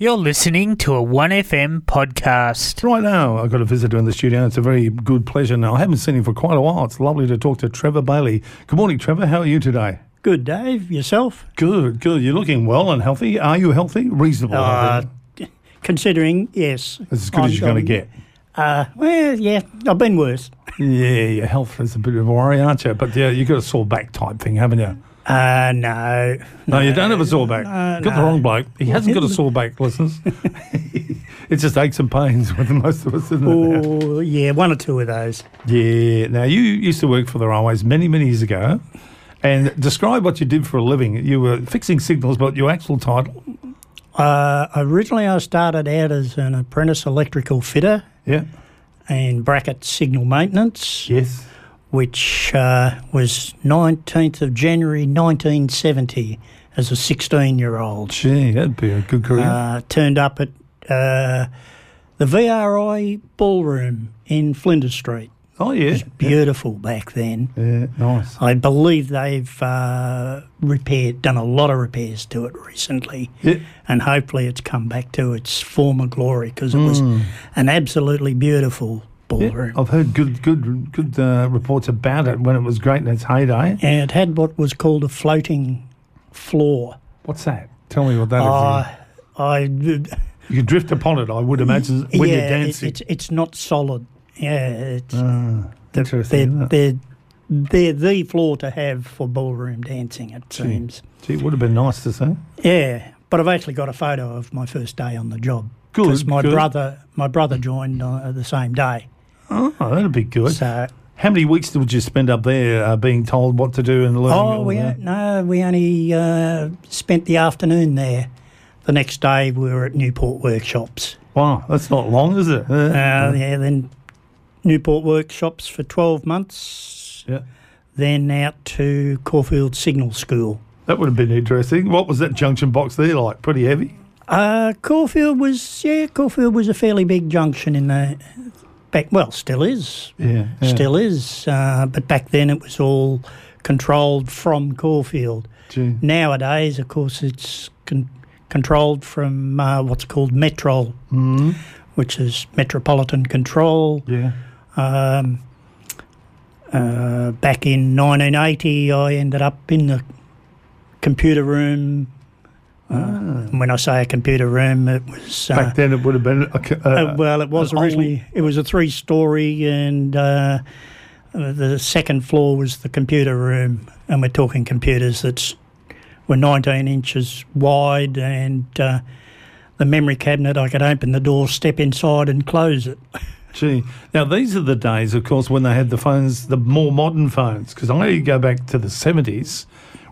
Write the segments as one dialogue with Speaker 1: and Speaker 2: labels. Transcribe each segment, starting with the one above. Speaker 1: You're listening to a 1FM podcast.
Speaker 2: Right now, I've got a visitor in the studio. It's a very good pleasure. Now, I haven't seen him for quite a while. It's lovely to talk to Trevor Bailey. Good morning, Trevor. How are you today?
Speaker 3: Good, Dave. Yourself?
Speaker 2: Good, good. You're looking well and healthy. Are you healthy? Reasonable.
Speaker 3: Uh,
Speaker 2: healthy.
Speaker 3: considering, yes.
Speaker 2: That's as good as you're going to get.
Speaker 3: Uh, well, yeah, I've been worse.
Speaker 2: Yeah, your health is a bit of a worry, aren't you? But yeah, you've got a sore back type thing, haven't you?
Speaker 3: Uh, no.
Speaker 2: No, you don't have a sore back.
Speaker 3: no,
Speaker 2: got the
Speaker 3: no.
Speaker 2: wrong bloke. He hasn't got a sore back, listeners. it's just aches and pains with most of us, isn't it? now?
Speaker 3: Oh, yeah, one or two of those.
Speaker 2: Yeah. Now you used to work for the railways many, many years ago, and describe what you did for a living. You were fixing signals, but your actual title,
Speaker 3: Uh, originally, I started out as an apprentice electrical fitter
Speaker 2: yeah,
Speaker 3: in bracket signal maintenance,
Speaker 2: yes,
Speaker 3: which uh, was 19th of January 1970 as a 16 year old.
Speaker 2: gee, that'd be a good career.
Speaker 3: uh, turned up at uh, the VRI ballroom in Flinders Street.
Speaker 2: oh yeah,
Speaker 3: Beautiful back then.
Speaker 2: yeah, nice.
Speaker 3: I believe they've uh, repaired, done a lot of repairs to it recently,
Speaker 2: Yeah,
Speaker 3: and hopefully it's come back to its former glory because it was
Speaker 2: Hmm.
Speaker 3: an absolutely beautiful
Speaker 2: yeah.
Speaker 3: ballroom.
Speaker 2: I've heard good, good, good uh, reports about it when it was great in its heyday.
Speaker 3: And it had what was called a floating floor.
Speaker 2: What's that? Tell me what that is.
Speaker 3: I, I
Speaker 2: You could drift upon it, I would imagine, when you're
Speaker 3: it-
Speaker 2: dancing.
Speaker 3: it's it's not solid. Yeah, it's,
Speaker 2: Ah,
Speaker 3: the-
Speaker 2: interesting, isn't it?
Speaker 3: They're, they're, they're the floor to have for ballroom dancing, it seems.
Speaker 2: Gee, it would have been nice to see.
Speaker 3: Yeah, but I've actually got a photo of my first day on the job.
Speaker 2: Good,
Speaker 3: Because my
Speaker 2: good.
Speaker 3: brother, my brother joined uh, the same day.
Speaker 2: Oh, that'd be good.
Speaker 3: So,
Speaker 2: How many weeks did you spend up there uh, being told what to do and learning?
Speaker 3: oh,
Speaker 2: all
Speaker 3: we
Speaker 2: that?
Speaker 3: no, we only uh, spent the afternoon there. The next day, we were at Newport Workshops.
Speaker 2: Wow, that's not long, is it?
Speaker 3: Uh,
Speaker 2: Uh,
Speaker 3: Yeah, then Newport Workshops for twelve months.
Speaker 2: yeah.
Speaker 3: Then out to Caulfield Signal School.
Speaker 2: That would have been interesting. What was that junction box there like? Pretty heavy?
Speaker 3: Uh, Caulfield was yeah, Caulfield was a fairly big junction in the back. Well, still is,
Speaker 2: Yeah. yeah.
Speaker 3: still is. Uh, but back then it was all controlled from Caulfield.
Speaker 2: Gee.
Speaker 3: Nowadays, of course, it's con- controlled from uh, what's called Metrol,
Speaker 2: Mm,
Speaker 3: which is Metropolitan Control.
Speaker 2: yeah.
Speaker 3: Um, uh, back in 1980, I ended up in the computer room. Uh, and when I say a computer room, it was uh,
Speaker 2: Ah. Back then it would have been. A, ca-
Speaker 3: uh,
Speaker 2: uh,
Speaker 3: well, it was
Speaker 2: an old-
Speaker 3: originally it was a three-story, and uh, uh, the second floor was the computer room, and we're talking computers that were 19 inches wide, and uh, the memory cabinet. I could open the door, step inside, and close it.
Speaker 2: gee. Now, these are the days, of course, when they had the phones, the more modern phones, because I go back to the 70s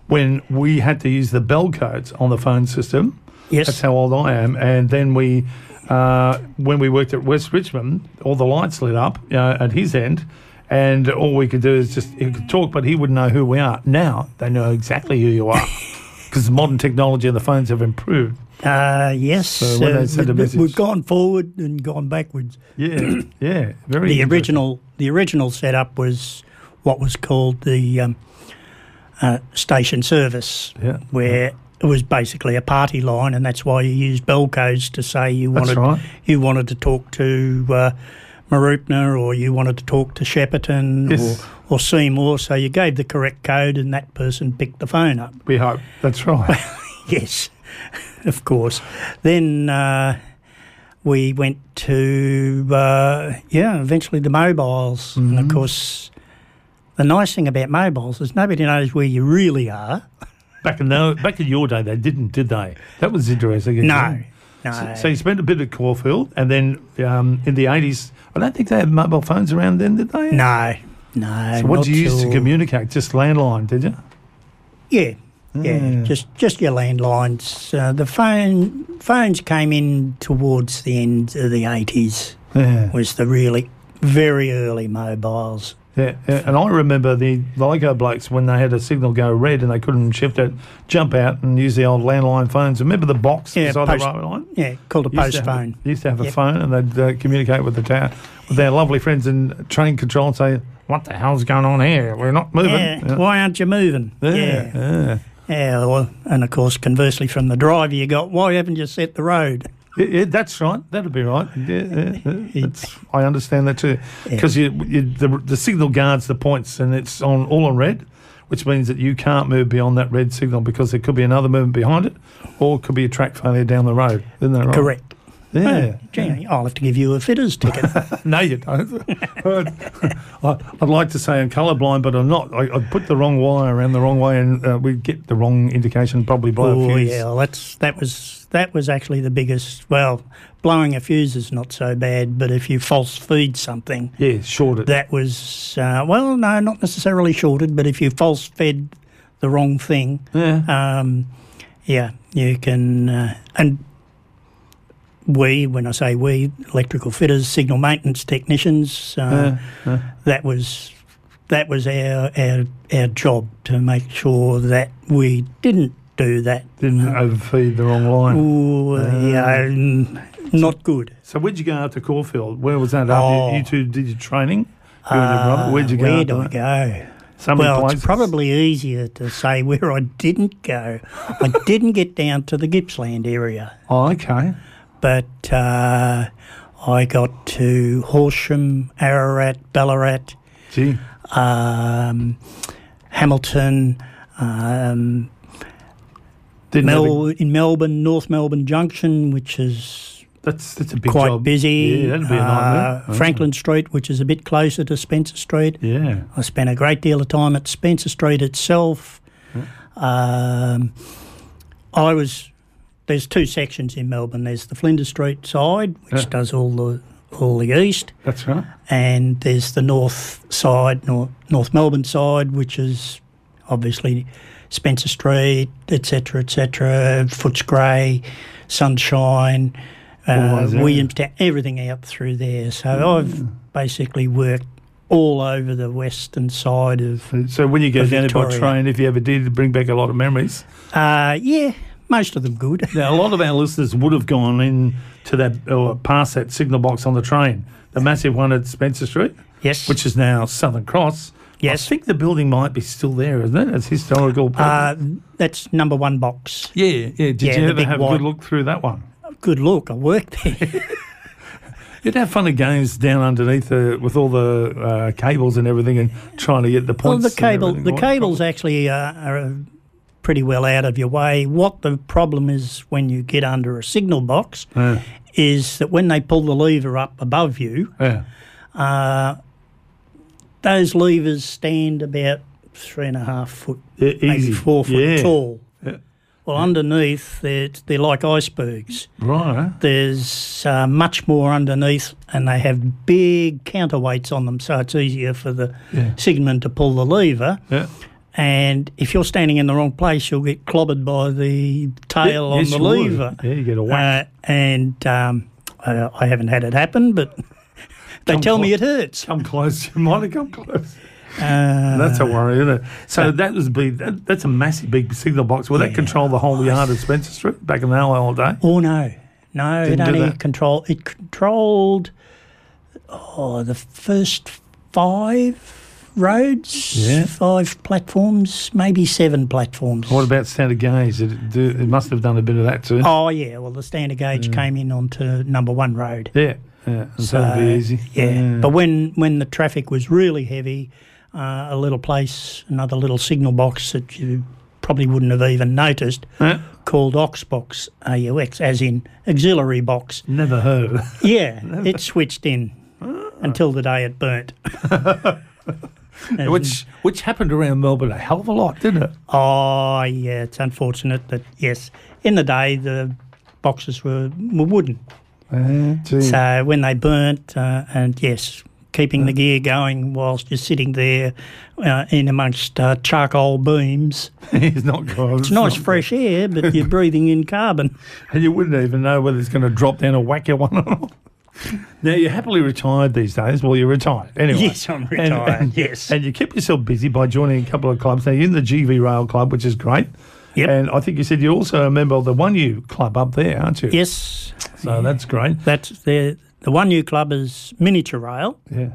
Speaker 2: when we had to use the bell codes on the phone system.
Speaker 3: Yes.
Speaker 2: That's how old I am. And then we, uh, when we worked at West Richmond, all the lights lit up you know, at his end, and all we could do is just he could talk, but he wouldn't know who we are. Now they know exactly who you are because modern technology and the phones have improved.
Speaker 3: Uh, yes.
Speaker 2: So when they send a
Speaker 3: we-
Speaker 2: message-
Speaker 3: We've gone forward and gone backwards.
Speaker 2: Yeah, yeah, very.
Speaker 3: The
Speaker 2: interesting.
Speaker 3: original, the original setup was what was called the um, uh, station service,
Speaker 2: Yeah.
Speaker 3: where it was basically a party line, and that's why you used bell codes to say you
Speaker 2: That's
Speaker 3: wanted
Speaker 2: right.
Speaker 3: you wanted to talk to uh, Marupna or you wanted to talk to Shepparton
Speaker 2: Yes.
Speaker 3: or, or Seymour. So you gave the correct code, and that person picked the phone up.
Speaker 2: We hope that's right.
Speaker 3: Yes, of course. Then uh, we went to uh, yeah, eventually the mobiles, and
Speaker 2: Mm-hmm.
Speaker 3: of course, the nice thing about mobiles is nobody knows where you really are.
Speaker 2: back in the, back in your day, they didn't, did they? That was interesting.
Speaker 3: No, no.
Speaker 2: So, so you spent a bit at Caulfield, and then um, in the eighties, I don't think they had mobile phones around then, did they?
Speaker 3: no, no.
Speaker 2: So what
Speaker 3: not
Speaker 2: do you use to
Speaker 3: till-
Speaker 2: communicate? Just landline, did you?
Speaker 3: Yeah, yeah.
Speaker 2: Mm.
Speaker 3: Just just your landlines. Uh, the phone phones came in towards the end of the eighties.
Speaker 2: Yeah.
Speaker 3: Was the really very early mobiles.
Speaker 2: yeah, yeah. And I remember the Ligo blokes when they had a signal go red and they couldn't shift it, jump out and use the old landline phones. Remember the box
Speaker 3: Yeah,
Speaker 2: beside
Speaker 3: post-
Speaker 2: the railway line?
Speaker 3: Yeah, called a
Speaker 2: Used
Speaker 3: post
Speaker 2: to have a-
Speaker 3: phone.
Speaker 2: Used to have a
Speaker 3: Yep.
Speaker 2: phone and they'd uh, communicate with the town, with their lovely friends in train control and say, "What the hell's going on here? We're not moving."
Speaker 3: Yeah. Why aren't you moving?
Speaker 2: Yeah,
Speaker 3: Yeah.
Speaker 2: yeah.
Speaker 3: Yeah, well, and of course, conversely, from the driver, you got, why haven't you set the road?
Speaker 2: Yeah, yeah, that's right. That'll be right. Yeah, yeah, yeah. That's, I understand that too. Because you, you, the, the signal guards the points and it's on all on red, which means that you can't move beyond that red signal because there could be another movement behind it or it could be a track failure down the road. Isn't that right?
Speaker 3: Correct. Oh,
Speaker 2: Yeah.
Speaker 3: Gee, I'll have to give you a fitter's ticket.
Speaker 2: No, you don't. I'd, I'd like to say I'm colourblind, but I'm not. I, I put the wrong wire around the wrong way and uh, we get the wrong indication probably by a
Speaker 3: oh
Speaker 2: fuse.
Speaker 3: yeah, well, that's that was that was actually the biggest. Well, blowing a fuse is not so bad, but if you false feed something,
Speaker 2: Yeah, short it.
Speaker 3: that was uh, well, no, not necessarily shorted, but if you false fed the wrong thing,
Speaker 2: yeah.
Speaker 3: um, yeah, you can. Uh, and we, when I say we, electrical fitters, signal maintenance technicians, uh, that was that was our, our our job to make sure that we didn't do that.
Speaker 2: Didn't overfeed the wrong line.
Speaker 3: Ooh,
Speaker 2: Uh,
Speaker 3: yeah, mm, not good.
Speaker 2: So where'd you go after Caulfield? Where was that? After
Speaker 3: Oh.
Speaker 2: you, you two did your training? You and your brother? Where'd you go?
Speaker 3: Where
Speaker 2: after
Speaker 3: do Uh, I
Speaker 2: that?
Speaker 3: go?
Speaker 2: So many
Speaker 3: well,
Speaker 2: places.
Speaker 3: it's probably easier to say where I didn't go. I didn't get down to the Gippsland area,
Speaker 2: Oh, okay.
Speaker 3: but uh, I got to Horsham, Ararat, Ballarat,
Speaker 2: Gee.
Speaker 3: um, Hamilton, um,
Speaker 2: Didn't have
Speaker 3: Mel- in Melbourne, North Melbourne Junction, which is
Speaker 2: a, that's, that's a big
Speaker 3: quite
Speaker 2: job.
Speaker 3: busy.
Speaker 2: Yeah, that'd be a nightmare.
Speaker 3: Uh, Franklin Street, which is a bit closer to Spencer Street.
Speaker 2: Yeah.
Speaker 3: I spent a great deal of time at Spencer Street itself. Um, I was there's two sections in Melbourne. There's the Flinders Street side, which
Speaker 2: Yeah.
Speaker 3: does all the all the east,
Speaker 2: That's right.
Speaker 3: and there's the north side, north, north Melbourne side, which is obviously Spencer Street, etc., etc., Footscray, Sunshine,
Speaker 2: All
Speaker 3: uh,
Speaker 2: those areas. Mm.
Speaker 3: Williamstown, everything out through there. So I've basically worked all over the western side of.
Speaker 2: So when you go
Speaker 3: Of
Speaker 2: down there by
Speaker 3: Victoria.
Speaker 2: train, if you ever did, it'd bring back a lot of memories.
Speaker 3: Uh, yeah, most of them good.
Speaker 2: Now, a lot of our listeners would have gone in to that or past that signal box on the train, the massive one at Spencer Street,
Speaker 3: Yes.
Speaker 2: which is now Southern Cross.
Speaker 3: Yes.
Speaker 2: I think the building might be still there, isn't it? It's historical.
Speaker 3: uh, that's number one box.
Speaker 2: yeah, yeah. Did
Speaker 3: yeah,
Speaker 2: you
Speaker 3: the
Speaker 2: ever
Speaker 3: big
Speaker 2: have a
Speaker 3: white-
Speaker 2: good look through that one?
Speaker 3: Good look, I worked there.
Speaker 2: You'd have fun and games down underneath uh, with all the uh, cables and everything, and trying to get the
Speaker 3: Well,
Speaker 2: points.
Speaker 3: the
Speaker 2: and
Speaker 3: cable,
Speaker 2: everything
Speaker 3: the
Speaker 2: right.
Speaker 3: cables actually uh, are uh, pretty well out of your way. What the problem is when you get under a signal box
Speaker 2: Yeah,
Speaker 3: is that when they pull the lever up above you, uh,
Speaker 2: yeah.
Speaker 3: those levers stand about three and a half foot,
Speaker 2: Yeah,
Speaker 3: maybe
Speaker 2: easy.
Speaker 3: four foot
Speaker 2: Yeah.
Speaker 3: tall.
Speaker 2: Yeah.
Speaker 3: Well, underneath, they're, they're like icebergs.
Speaker 2: Right.
Speaker 3: There's uh, much more underneath, and they have big counterweights on them, so it's easier for the
Speaker 2: Yeah.
Speaker 3: signalman to pull the lever.
Speaker 2: Yeah.
Speaker 3: And if you're standing in the wrong place, you'll get clobbered by the tail on
Speaker 2: Yes,
Speaker 3: the
Speaker 2: you would.
Speaker 3: lever.
Speaker 2: Yeah, you get a whack.
Speaker 3: Uh, and um, I, I haven't had it happen, but they
Speaker 2: Come
Speaker 3: tell
Speaker 2: clo-
Speaker 3: me it hurts.
Speaker 2: come close. You might have come close.
Speaker 3: Uh,
Speaker 2: That's a worry, isn't it? So that was big. That, that's a massive big signal box. Will that control the whole yard of Spencer Street back in the old day?
Speaker 3: oh no, no,
Speaker 2: Didn't
Speaker 3: it
Speaker 2: do
Speaker 3: only
Speaker 2: that.
Speaker 3: control. It controlled oh, the first five roads,
Speaker 2: Yeah.
Speaker 3: five platforms, maybe seven platforms.
Speaker 2: What about standard gauge? Did it, do, it must have done a bit of that too.
Speaker 3: Oh yeah, well the
Speaker 2: Mm.
Speaker 3: standard gauge came in onto number one road.
Speaker 2: Yeah, yeah. So, that'd be
Speaker 3: Uh,
Speaker 2: easy.
Speaker 3: Yeah.
Speaker 2: Mm.
Speaker 3: But when, when the traffic was really heavy, uh, a little place, another little signal box that you probably wouldn't have even noticed,
Speaker 2: Yeah.
Speaker 3: called Oxbox, AUX, as in auxiliary box.
Speaker 2: Never heard of it.
Speaker 3: Yeah, it switched in until the day it burnt. And-
Speaker 2: which which happened around Melbourne a hell of a lot, didn't it?
Speaker 3: Oh, yeah, it's unfortunate that, yes, in the day the boxes were, were wooden.
Speaker 2: Hmm.
Speaker 3: So when they burnt, uh, and yes, keeping the gear going whilst you're sitting there uh, in amongst uh, charcoal beams.
Speaker 2: it's not good.
Speaker 3: It's nice fresh air, but you're breathing in carbon.
Speaker 2: And you wouldn't even know whether it's going to drop down or whack you one or not. Now you're happily retired these days. Well, you're retired anyway.
Speaker 3: Yes, I'm
Speaker 2: And-
Speaker 3: retired,
Speaker 2: and-
Speaker 3: yes.
Speaker 2: and you kept yourself busy by joining a couple of clubs. Now you're in the GV Rail Club, which is great.
Speaker 3: Yep.
Speaker 2: And I think you said you're also a member of the One U Club up there, aren't you?
Speaker 3: Yes,
Speaker 2: So that's great.
Speaker 3: that's the the one new club is miniature rail,
Speaker 2: Yeah.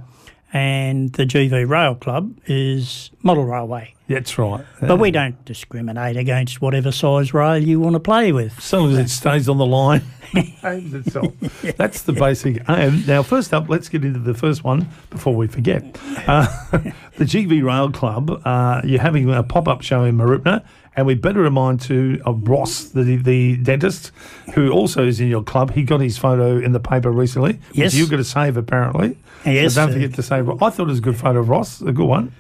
Speaker 3: and the GV Rail Club is model railway.
Speaker 2: That's right.
Speaker 3: But we don't discriminate against whatever size rail you want to play with.
Speaker 2: As long as it stays on the line, aims itself. That's the basic aim. Now, first up, let's get into the first one before we forget. Uh, the GV Rail Club, uh, you're having a pop up show in Marupna, and we better remind to of Ross, the, the dentist, who also is in your club. He got his photo in the paper recently. which
Speaker 3: Yes.
Speaker 2: you got to save, apparently.
Speaker 3: Yes,
Speaker 2: So don't
Speaker 3: uh,
Speaker 2: forget to save. I thought it was a good photo of Ross, a good one.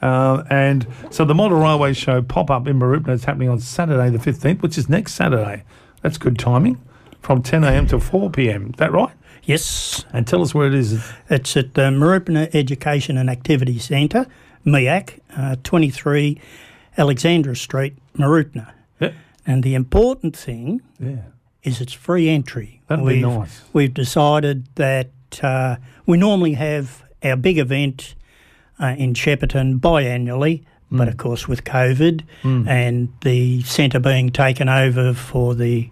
Speaker 2: Uh, and so the Model Railway Show pop up in Marupna is happening on Saturday the 15th, which is next Saturday. That's good timing. From 10 a.m. to 4 p.m. Is that right?
Speaker 3: Yes,
Speaker 2: And tell us where it is.
Speaker 3: it's at the Marupna Education and Activity Centre, MIAC, uh, 23 Alexandra Street, Marupna.
Speaker 2: Yeah.
Speaker 3: And the important thing
Speaker 2: Yeah.
Speaker 3: is it's free entry.
Speaker 2: That'd be
Speaker 3: we've,
Speaker 2: nice.
Speaker 3: We've decided that uh, we normally have our big event uh, in Shepparton biannually, but of course with COVID and the centre being taken over for the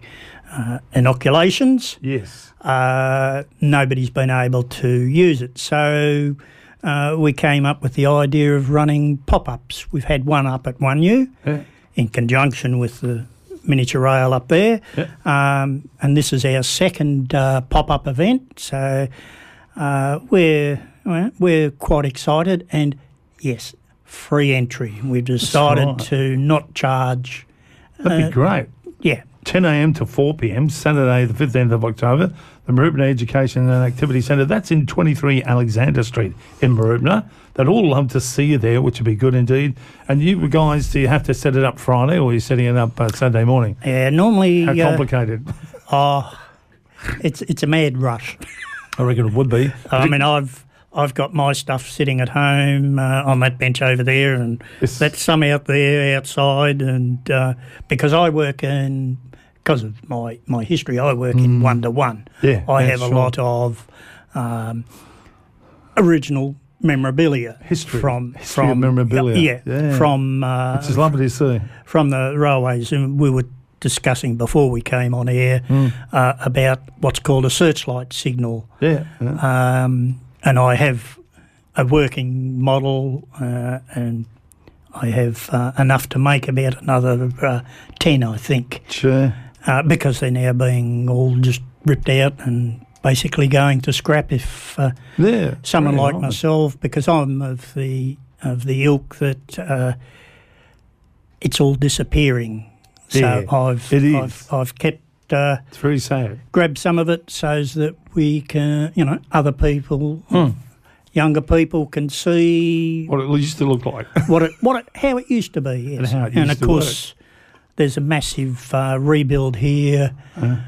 Speaker 3: uh, inoculations,
Speaker 2: Yes.
Speaker 3: uh, nobody's been able to use it. So uh, we came up with the idea of running pop-ups. We've had one up at One U
Speaker 2: Yeah.
Speaker 3: in conjunction with the miniature rail up there.
Speaker 2: Yeah.
Speaker 3: Um, and this is our second uh, pop up event. So uh, we're, well, we're quite excited. And yes, free entry. We've decided
Speaker 2: right.
Speaker 3: to not charge.
Speaker 2: That'd be great.
Speaker 3: Yeah.
Speaker 2: 10 a.m. to 4 p.m. Saturday, the 15th of October, the Marupna Education and Activity Centre. That's in 23 Alexander Street in Marupna. They'd all love to see you there, which would be good indeed. And you guys, do you have to set it up Friday or are you setting it up uh, Saturday morning?
Speaker 3: Yeah, normally
Speaker 2: How
Speaker 3: uh,
Speaker 2: complicated?
Speaker 3: oh, it's it's a mad rush.
Speaker 2: I reckon it would be.
Speaker 3: I mean, I've I've got my stuff sitting at home uh, on that bench over there, and
Speaker 2: Yes.
Speaker 3: that's some out there outside. And uh, because I work in, because of my my history, I work in one to one.
Speaker 2: Yeah,
Speaker 3: I
Speaker 2: Mm. yeah,
Speaker 3: have
Speaker 2: sure.
Speaker 3: a lot of um, original memorabilia
Speaker 2: History.
Speaker 3: from
Speaker 2: History of
Speaker 3: from
Speaker 2: memorabilia.
Speaker 3: yeah,
Speaker 2: Yeah.
Speaker 3: from uh,
Speaker 2: It's just lovely to see.
Speaker 3: from the railways, and we were discussing before we came on air
Speaker 2: Mm.
Speaker 3: uh, about what's called a searchlight signal
Speaker 2: Yeah. yeah.
Speaker 3: um, and I have a working model, uh, and I have uh, enough to make about another uh, ten, I think,
Speaker 2: Sure.
Speaker 3: uh, because they're now being all just ripped out and basically going to scrap if uh,
Speaker 2: Yeah.
Speaker 3: someone
Speaker 2: Very
Speaker 3: like
Speaker 2: nice.
Speaker 3: myself, because I'm of the of the ilk that uh, it's all disappearing. So
Speaker 2: Yeah,
Speaker 3: I've,
Speaker 2: it is.
Speaker 3: I've I've kept. Uh,
Speaker 2: It's very sad.
Speaker 3: grab some of it so's that we can, you know, other people, younger people can see
Speaker 2: What it used to look like.
Speaker 3: what it, what it, how it used to be. Yes.
Speaker 2: And how it used
Speaker 3: of
Speaker 2: to
Speaker 3: course, there's a massive uh, rebuild here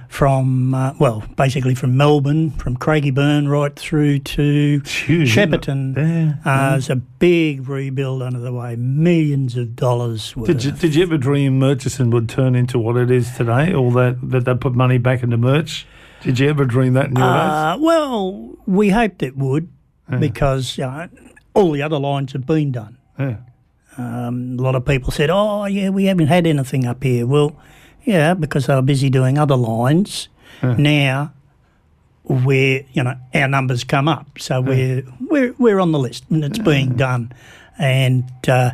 Speaker 3: from, uh, well, basically from Melbourne, from Craigieburn right through to
Speaker 2: It's huge. isn't it?
Speaker 3: Shepparton.
Speaker 2: Yeah.
Speaker 3: Uh, There's a big rebuild underway, millions of dollars worth.
Speaker 2: Did you, did you ever dream Murchison would turn into what it is today, or that, that they put money back into merch? Did you ever dream that in your days?
Speaker 3: Uh, well, we hoped it would because you know, all the other lines have been done.
Speaker 2: Yeah.
Speaker 3: Um, a lot of people said, "Oh, yeah, we haven't had anything up here." Well, yeah, because they were busy doing other lines. Now, we're you know our numbers come up, so we're we're we're on the list, and it's being done, and uh,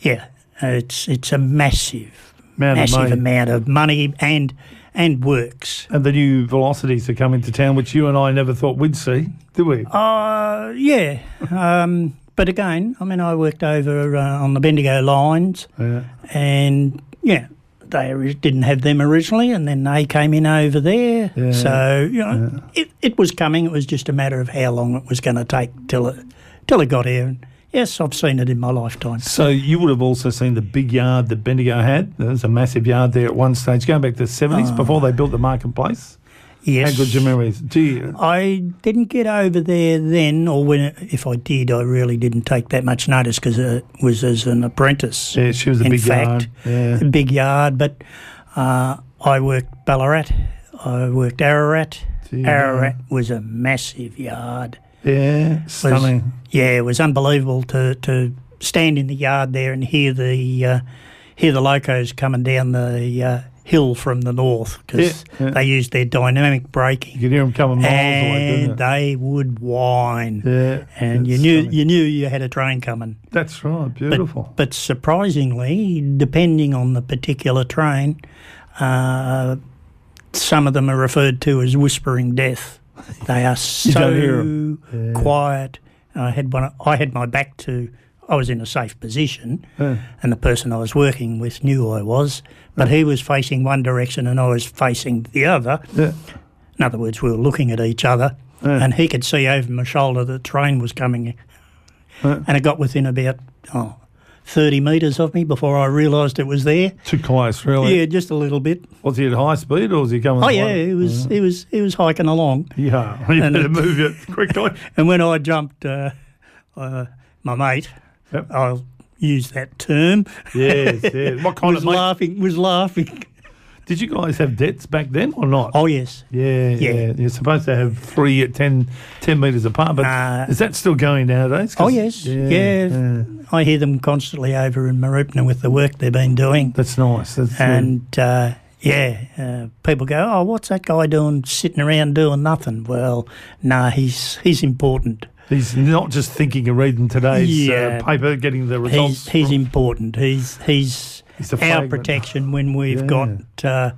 Speaker 3: yeah, it's it's a massive,
Speaker 2: Amount of
Speaker 3: massive
Speaker 2: money.
Speaker 3: amount of money and and works.
Speaker 2: And the new velocities that come into town, which you and I never thought we'd see, did we?
Speaker 3: Uh, yeah. Um, but again, I mean, I worked over uh, on the Bendigo lines,
Speaker 2: yeah.
Speaker 3: and yeah, they ori- didn't have them originally, and then they came in over there.
Speaker 2: Yeah.
Speaker 3: So you know, it, it was coming. It was just a matter of how long it was going to take till it till it got here. And yes, I've seen it in my lifetime.
Speaker 2: So you would have also seen the big yard that Bendigo had. There was a massive yard there at one stage, going back to the 70s, before they built the marketplace.
Speaker 3: Oh. Yes.
Speaker 2: How good your memory is. Do you?
Speaker 3: I didn't get over there then, or when if I did, I really didn't take that much notice because it was as an apprentice.
Speaker 2: Yeah, she was a
Speaker 3: in
Speaker 2: big
Speaker 3: fact,
Speaker 2: yard. Yeah.
Speaker 3: a big yard. But uh, I worked Ballarat, I worked Ararat.
Speaker 2: Gee, yeah.
Speaker 3: Ararat was a massive yard.
Speaker 2: Yeah.
Speaker 3: It was-
Speaker 2: Stunning.
Speaker 3: yeah, it was unbelievable to, to stand in the yard there and hear the uh, hear the locos coming down the uh, hill from the north because
Speaker 2: Yeah, yeah.
Speaker 3: they used their dynamic braking,
Speaker 2: You could hear them coming miles away,
Speaker 3: and
Speaker 2: didn't
Speaker 3: they would whine.
Speaker 2: you? Yeah.
Speaker 3: And you
Speaker 2: it's
Speaker 3: knew
Speaker 2: funny.
Speaker 3: you knew you had a train coming.
Speaker 2: That's right.
Speaker 3: But-
Speaker 2: Beautiful.
Speaker 3: But, surprisingly, depending on the particular train, uh, some of them are referred to as whispering death. They are
Speaker 2: don't hear
Speaker 3: so quiet. I had one. I had my back to. I was in a safe position,
Speaker 2: Yeah.
Speaker 3: and the person I was working with knew I was, but he was facing one direction and I was facing the other.
Speaker 2: Yeah.
Speaker 3: In other words, we were looking at each other,
Speaker 2: Yeah.
Speaker 3: and he could see over my shoulder that the train was coming.
Speaker 2: Yeah.
Speaker 3: And it got within about oh, 30 metres of me before I realised it was there.
Speaker 2: Too close, really.
Speaker 3: Oh, Yeah, just a little bit.
Speaker 2: Was he at high speed or was he coming?
Speaker 3: Oh,
Speaker 2: slow?
Speaker 3: yeah, it was, it was, it was hiking along.
Speaker 2: Yeah. You
Speaker 3: And
Speaker 2: better
Speaker 3: it-
Speaker 2: move it quickly.
Speaker 3: And when I jumped uh, uh, my mate,
Speaker 2: Yep.
Speaker 3: I'll use that term,
Speaker 2: yes, yes. What kind
Speaker 3: was
Speaker 2: of mate?
Speaker 3: laughing, was laughing.
Speaker 2: Did you guys have debts back then or not?
Speaker 3: Oh, yes.
Speaker 2: Yeah, yeah,
Speaker 3: Yeah.
Speaker 2: You're supposed to have three at 10, 10 metres apart, but
Speaker 3: Uh,
Speaker 2: is that still going nowadays? 'Cause-
Speaker 3: Oh, yes. Yeah. I hear them constantly over in Marupna with the work they've been doing.
Speaker 2: That's nice. That's, and
Speaker 3: And uh, yeah, uh, people go, "Oh, what's that guy doing? Sitting around doing nothing?" Well, nah, he's he's important.
Speaker 2: he's not just thinking of reading today's
Speaker 3: Yeah.
Speaker 2: uh, paper, getting the
Speaker 3: He's
Speaker 2: results.
Speaker 3: he's important. He's he's,
Speaker 2: He's a
Speaker 3: our
Speaker 2: flagrant.
Speaker 3: protection when we've
Speaker 2: Yeah.
Speaker 3: got uh,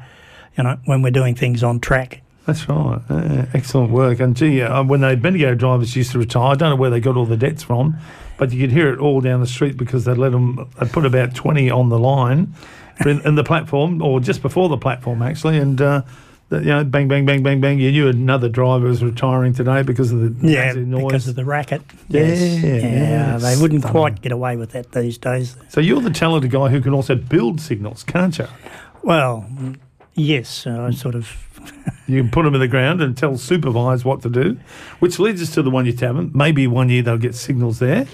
Speaker 3: you know when we're doing things on track.
Speaker 2: That's right. Yeah, excellent work. And gee, uh, when the Bendigo drivers used to retire, I don't know where they got all the debts from, but you could hear it all down the street because they let them. They put about twenty on the line, in, in the platform or just before the platform actually, and. Uh, that, you know, bang, bang, bang, bang, bang. You knew another driver was retiring today because of the
Speaker 3: Yeah,
Speaker 2: massive noise.
Speaker 3: because of the racket.
Speaker 2: Yeah,
Speaker 3: yes.
Speaker 2: yeah,
Speaker 3: they
Speaker 2: stunning.
Speaker 3: wouldn't quite get away with that these days.
Speaker 2: so you're the talented guy who can also build signals, can't you?
Speaker 3: Well, yes, I sort of
Speaker 2: You can put them in the ground and tell supervise what to do, which leads us to the One Year Tavern. Maybe one year they'll get signals there.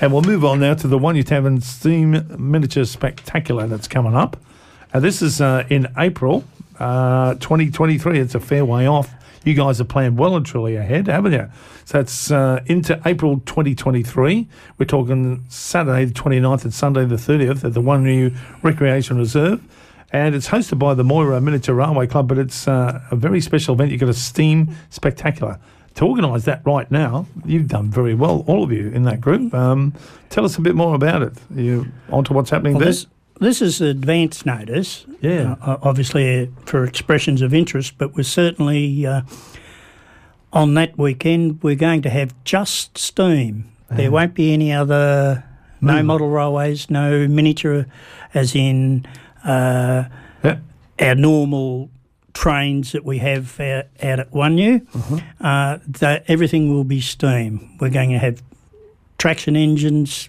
Speaker 2: And we'll move on now to the One Year Tavern Steam Miniature Spectacular that's coming up. Uh, this is uh, in April uh, 2023. It's a fair way off. You guys are playing well and truly ahead, haven't you? So it's uh, into April 2023. We're talking Saturday the 29th and Sunday the 30th at the One New Recreation Reserve and it's hosted by the Moira Miniature Railway Club. But it's uh, a very special event. You've got a steam spectacular to organise that right now. You've done very well, all of you in that group. Um, tell us a bit more about it. You onto what's happening
Speaker 3: Well,
Speaker 2: there?
Speaker 3: this this is advance notice.
Speaker 2: Yeah.
Speaker 3: Uh, obviously uh, for expressions of interest, but we're certainly uh, on that weekend. We're going to have just steam. There won't be any other. No
Speaker 2: Movement.
Speaker 3: model railways, no miniature, as in uh,
Speaker 2: Yeah.
Speaker 3: our normal trains that we have out, out at One U.
Speaker 2: Mm-hmm.
Speaker 3: Uh, that everything will be steam. We're going to have traction engines,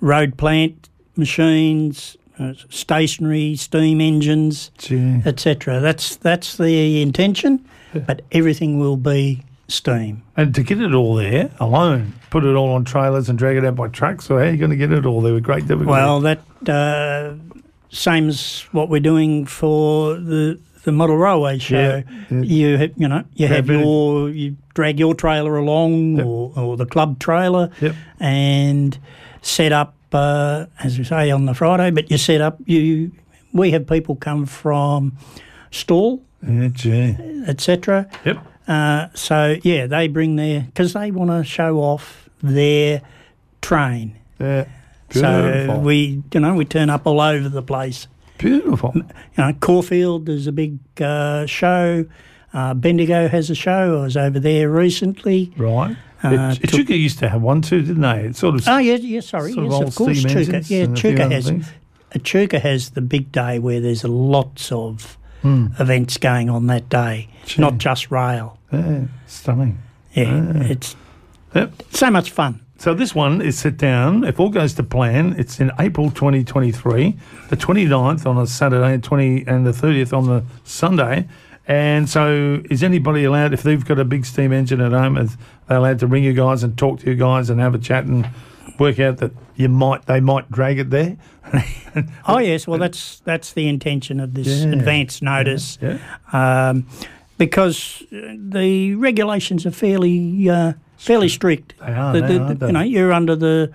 Speaker 3: road plant machines, uh, stationary steam engines,
Speaker 2: Gee.
Speaker 3: etc. That's that's the intention, but everything will be steam.
Speaker 2: And to get it all there alone, put it all on trailers and drag it out by truck. So how are you going to get it all there with great difficulty?
Speaker 3: Well, that uh, same as what we're doing for the the model railway show.
Speaker 2: yeah.
Speaker 3: You ha- you know
Speaker 2: Yeah,
Speaker 3: you have
Speaker 2: but-
Speaker 3: your you drag your trailer along or, or the club trailer
Speaker 2: Yep.
Speaker 3: and set up uh, as we say on the Friday. But you set up you we have people come from stall
Speaker 2: yeah, gee.
Speaker 3: etc.
Speaker 2: Yep.
Speaker 3: Uh, so yeah, they bring their because they want to show off their train.
Speaker 2: Yeah. Beautiful.
Speaker 3: So we, you know, we turn up all over the place.
Speaker 2: Beautiful.
Speaker 3: You know, Caulfield there's a big uh, show. Uh, Bendigo has a show. I was over there recently.
Speaker 2: Right.
Speaker 3: Uh,
Speaker 2: it, Echuca used to have one too, didn't they? It sort of
Speaker 3: Oh yeah, yeah. Sorry,
Speaker 2: Sort of
Speaker 3: yes,
Speaker 2: old
Speaker 3: of course.
Speaker 2: steam
Speaker 3: Chuka,
Speaker 2: engines
Speaker 3: yeah,
Speaker 2: and a few
Speaker 3: Chuka
Speaker 2: other
Speaker 3: has. uh,
Speaker 2: things.
Speaker 3: Chuka has the big day where there's lots of
Speaker 2: Hmm.
Speaker 3: events going on that day, not just rail.
Speaker 2: yeah, stunning.
Speaker 3: Yeah, it's
Speaker 2: Ah. Yep.
Speaker 3: so much fun.
Speaker 2: So this one is sit down. If all goes to plan, it's in April 2023, the 29th on a Saturday, and 20 and the 30th on the Sunday. And so, is anybody allowed if they've got a big steam engine at home? Is they allowed to ring you guys and talk to you guys and have a chat and work out that you might they might drag it there?
Speaker 3: Oh yes, well that's that's the intention of this
Speaker 2: Yeah.
Speaker 3: advance notice,
Speaker 2: Yeah,
Speaker 3: um, because uh, the regulations are fairly uh, fairly strict.
Speaker 2: they are.
Speaker 3: The-
Speaker 2: they
Speaker 3: the-
Speaker 2: are,
Speaker 3: the-
Speaker 2: they?
Speaker 3: you know, you're under the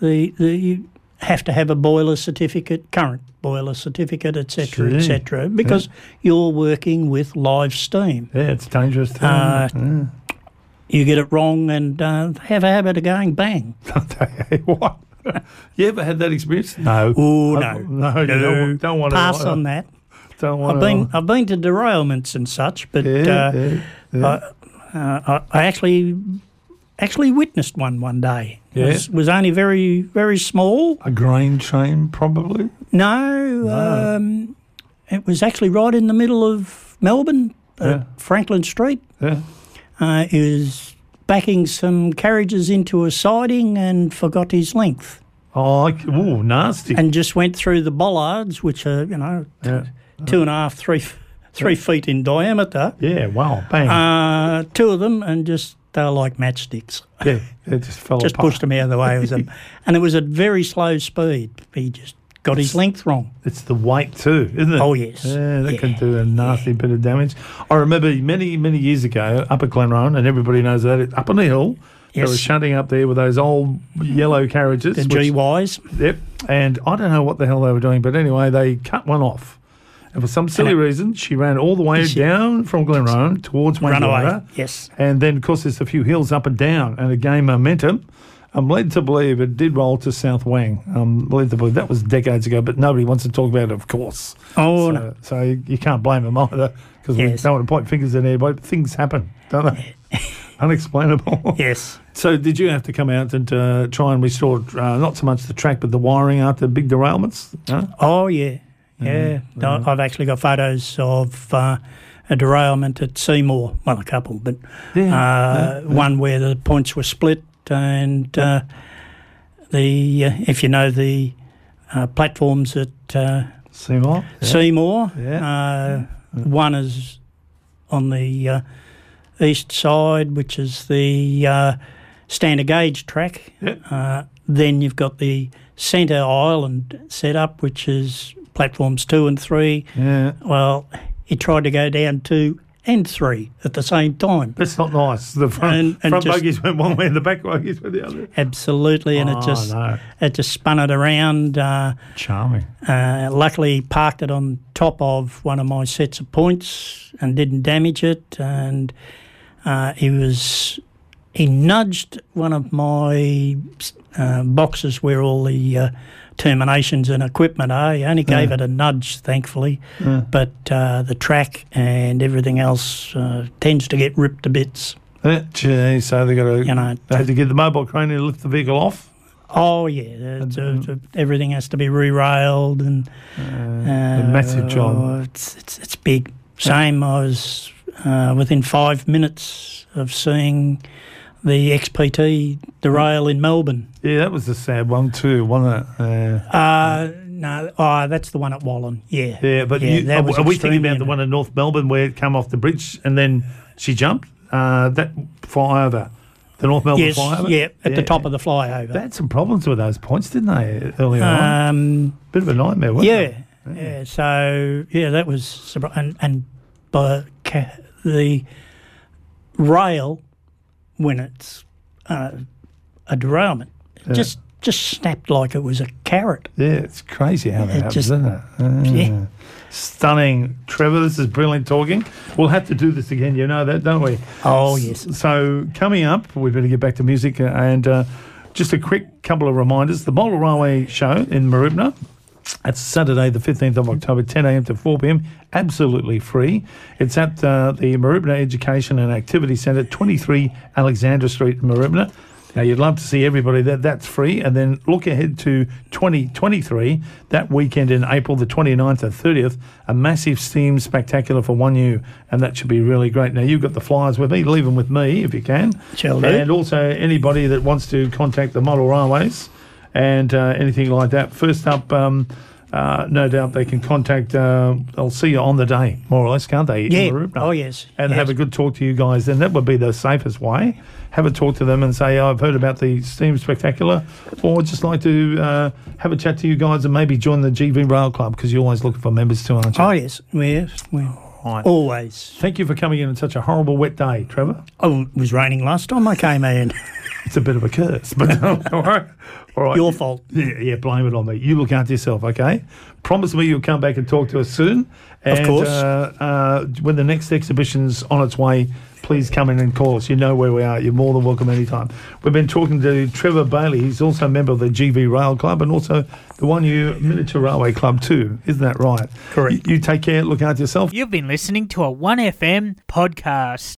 Speaker 3: the the have to have a boiler certificate, current boiler certificate, etc.,
Speaker 2: Gee.
Speaker 3: etc., because you're working with live steam.
Speaker 2: Yeah, it's dangerous. Too.
Speaker 3: Uh, You get it wrong and uh, have a habit of going bang.
Speaker 2: Uh, what? you ever had that experience? No.
Speaker 3: Oh
Speaker 2: I-
Speaker 3: no,
Speaker 2: no, you don't- don't want to-
Speaker 3: pass on that.
Speaker 2: Don't want
Speaker 3: I've been I've been to derailments and such, but
Speaker 2: Yeah,
Speaker 3: uh,
Speaker 2: yeah, yeah.
Speaker 3: uh, I, I actually actually witnessed one one day.
Speaker 2: Yeah.
Speaker 3: It was, was only very very small.
Speaker 2: a grain train, probably.
Speaker 3: No,
Speaker 2: No.
Speaker 3: Um, it was actually right in the middle of Melbourne, uh,
Speaker 2: Yeah.
Speaker 3: Franklin Street.
Speaker 2: Yeah.
Speaker 3: Uh, he was backing some carriages into a siding and forgot his length,
Speaker 2: Oh, I c- ooh, nasty.
Speaker 3: and just went through the bollards, which are you know
Speaker 2: yeah.
Speaker 3: two and a half, three, f- three feet in diameter.
Speaker 2: yeah. Wow. Bang.
Speaker 3: Uh, two of them, and just they were like matchsticks.
Speaker 2: yeah. It just fell
Speaker 3: Just
Speaker 2: apart.
Speaker 3: pushed them out of the way. It was a, and it was at very slow speed. He just got his length wrong.
Speaker 2: It's the weight too, isn't it?
Speaker 3: Oh, yes.
Speaker 2: Yeah, that can
Speaker 3: Yeah,
Speaker 2: do a nasty bit of damage. I remember many, many years ago, up at Glenrowan, and everybody knows that, it- up on the hill, they were
Speaker 3: Yes.
Speaker 2: shunting up there with those old yellow carriages.
Speaker 3: The
Speaker 2: which-
Speaker 3: G Ys.
Speaker 2: Yep. And I don't know what the hell they were doing, but anyway, they cut one off. And for some silly
Speaker 3: it-
Speaker 2: reason, she ran all the way
Speaker 3: She-
Speaker 2: down from Glenrowan towards
Speaker 3: Runaway.
Speaker 2: Wangara.
Speaker 3: Yes.
Speaker 2: And then, of course, there's a few hills up and down, and it gained momentum. I'm led to believe it did roll to South Wang. I'm led to believe that was decades ago, but nobody wants to talk about it, of course.
Speaker 3: Oh,
Speaker 2: so,
Speaker 3: no.
Speaker 2: so you, you can't blame them either because we
Speaker 3: Yes.
Speaker 2: don't want to point fingers at anybody, but things happen, don't they? Unexplainable.
Speaker 3: Yes.
Speaker 2: So, did you have to come out and uh, try and restore uh, not so much the track but the wiring after big derailments? Huh?
Speaker 3: Oh, yeah. Yeah. No, I've actually got photos of uh, a derailment at Seymour. Well, a couple, but uh, one where the points were split, and uh, the uh, if you know the uh, platforms at uh,
Speaker 2: See what?
Speaker 3: Seymour,
Speaker 2: Yeah.
Speaker 3: uh, one is on the uh, east side, which is the uh, standard gauge track.
Speaker 2: Yeah.
Speaker 3: Uh, then you've got the centre island set up, which is platforms two and three.
Speaker 2: Yeah.
Speaker 3: Well, he tried to go down two and three at the same time.
Speaker 2: That's not nice. The front,
Speaker 3: And- and
Speaker 2: front
Speaker 3: just-
Speaker 2: buggies went one way and the back buggies went the other.
Speaker 3: Absolutely, and
Speaker 2: Oh,
Speaker 3: it just
Speaker 2: no.
Speaker 3: it just spun it around. Uh,
Speaker 2: Charming.
Speaker 3: Uh, luckily, parked it on top of one of my sets of points and didn't damage it. And uh, he was he nudged one of my uh, boxes where all the uh, terminations and equipment are. He only gave it a nudge, thankfully, but uh, the track and everything else uh, tends to get ripped to bits.
Speaker 2: Yeah, gee, so they got to,
Speaker 3: You know.
Speaker 2: they had to get the mobile crane in to lift the vehicle off.
Speaker 3: Oh yeah, the- the- the- everything has to be re-railed and
Speaker 2: Uh, a massive job.
Speaker 3: oh, It's it's, it's big. Same. I was uh, within five minutes of seeing the XPT derail in Melbourne.
Speaker 2: Yeah, that was a sad one too, wasn't it? Yeah.
Speaker 3: Uh, no, oh, that's the one at Wallen. Yeah,
Speaker 2: yeah, but you,
Speaker 3: that
Speaker 2: are,
Speaker 3: was
Speaker 2: are we thinking
Speaker 3: extremely
Speaker 2: about the
Speaker 3: annoying.
Speaker 2: one in North Melbourne where it came off the bridge and then she jumped? Uh, that flyover, the North Melbourne
Speaker 3: Yes,
Speaker 2: flyover?
Speaker 3: yeah, at
Speaker 2: Yeah.
Speaker 3: the top of the flyover.
Speaker 2: They had some problems with those points, didn't they, earlier on?
Speaker 3: um,
Speaker 2: Bit of a nightmare, wasn't it?
Speaker 3: yeah, yeah. So yeah, that was surpri- and and by ca- the rail when it's uh, a derailment it just just snapped like it was a carrot.
Speaker 2: Yeah, it's crazy how that
Speaker 3: It
Speaker 2: happens,
Speaker 3: just-
Speaker 2: isn't it?
Speaker 3: Yeah.
Speaker 2: Stunning. Trevor, this is brilliant talking. We'll have to do this again, you know that, don't we?
Speaker 3: Oh yes.
Speaker 2: So, coming up, we better get back to music uh, and uh, just a quick couple of reminders. The Boulder Railway Show in Marubna. That's Saturday, the 15th of October, 10 a.m. to 4 p.m. Absolutely free. It's at uh, the Marubna Education and Activity Centre, 23 Alexandra Street, Marubna. Now, you'd love to see everybody there. That's free. And then look ahead to 2023, that weekend in April, the 29th and 30th, a massive steam spectacular for one you. And that should be really great. Now, you've got the flyers with me. Leave them with me if you can.
Speaker 3: Shall do.
Speaker 2: And also, anybody that wants to contact the Model Railways and uh, anything like that. First up, um, uh, no doubt they can contact, uh, they'll see you on the day, more or less, can't they? in
Speaker 3: Yeah.
Speaker 2: Maroubra?
Speaker 3: Oh yes.
Speaker 2: And
Speaker 3: yes.
Speaker 2: have a good talk to you guys, then that would be the safest way. Have a talk to them and say, I've heard about the Steam Spectacular, or I'd just like to uh, have a chat to you guys and maybe join the GV Rail Club because you're always looking for members too, aren't you?
Speaker 3: Oh yes. Yes. we
Speaker 2: Right.
Speaker 3: always.
Speaker 2: Thank you for coming in on such a horrible wet day, Trevor.
Speaker 3: Oh, it was raining last time I came in.
Speaker 2: It's a bit of a curse, but all right. All right.
Speaker 3: Your fault.
Speaker 2: Yeah, yeah, blame it on me. You look after yourself, okay? Promise me you'll come back and talk to us soon. And,
Speaker 3: course.
Speaker 2: Uh, uh, when the next exhibition's on its way, please come in and call us. You know where we are. You're more than welcome anytime. We've been talking to Trevor Bailey. He's also a member of the GV Rail Club and also the One U Miniature Railway Club, too. Isn't that right?
Speaker 3: Correct.
Speaker 2: You, you take care. Look after yourself.
Speaker 1: You've been listening to a 1FM podcast.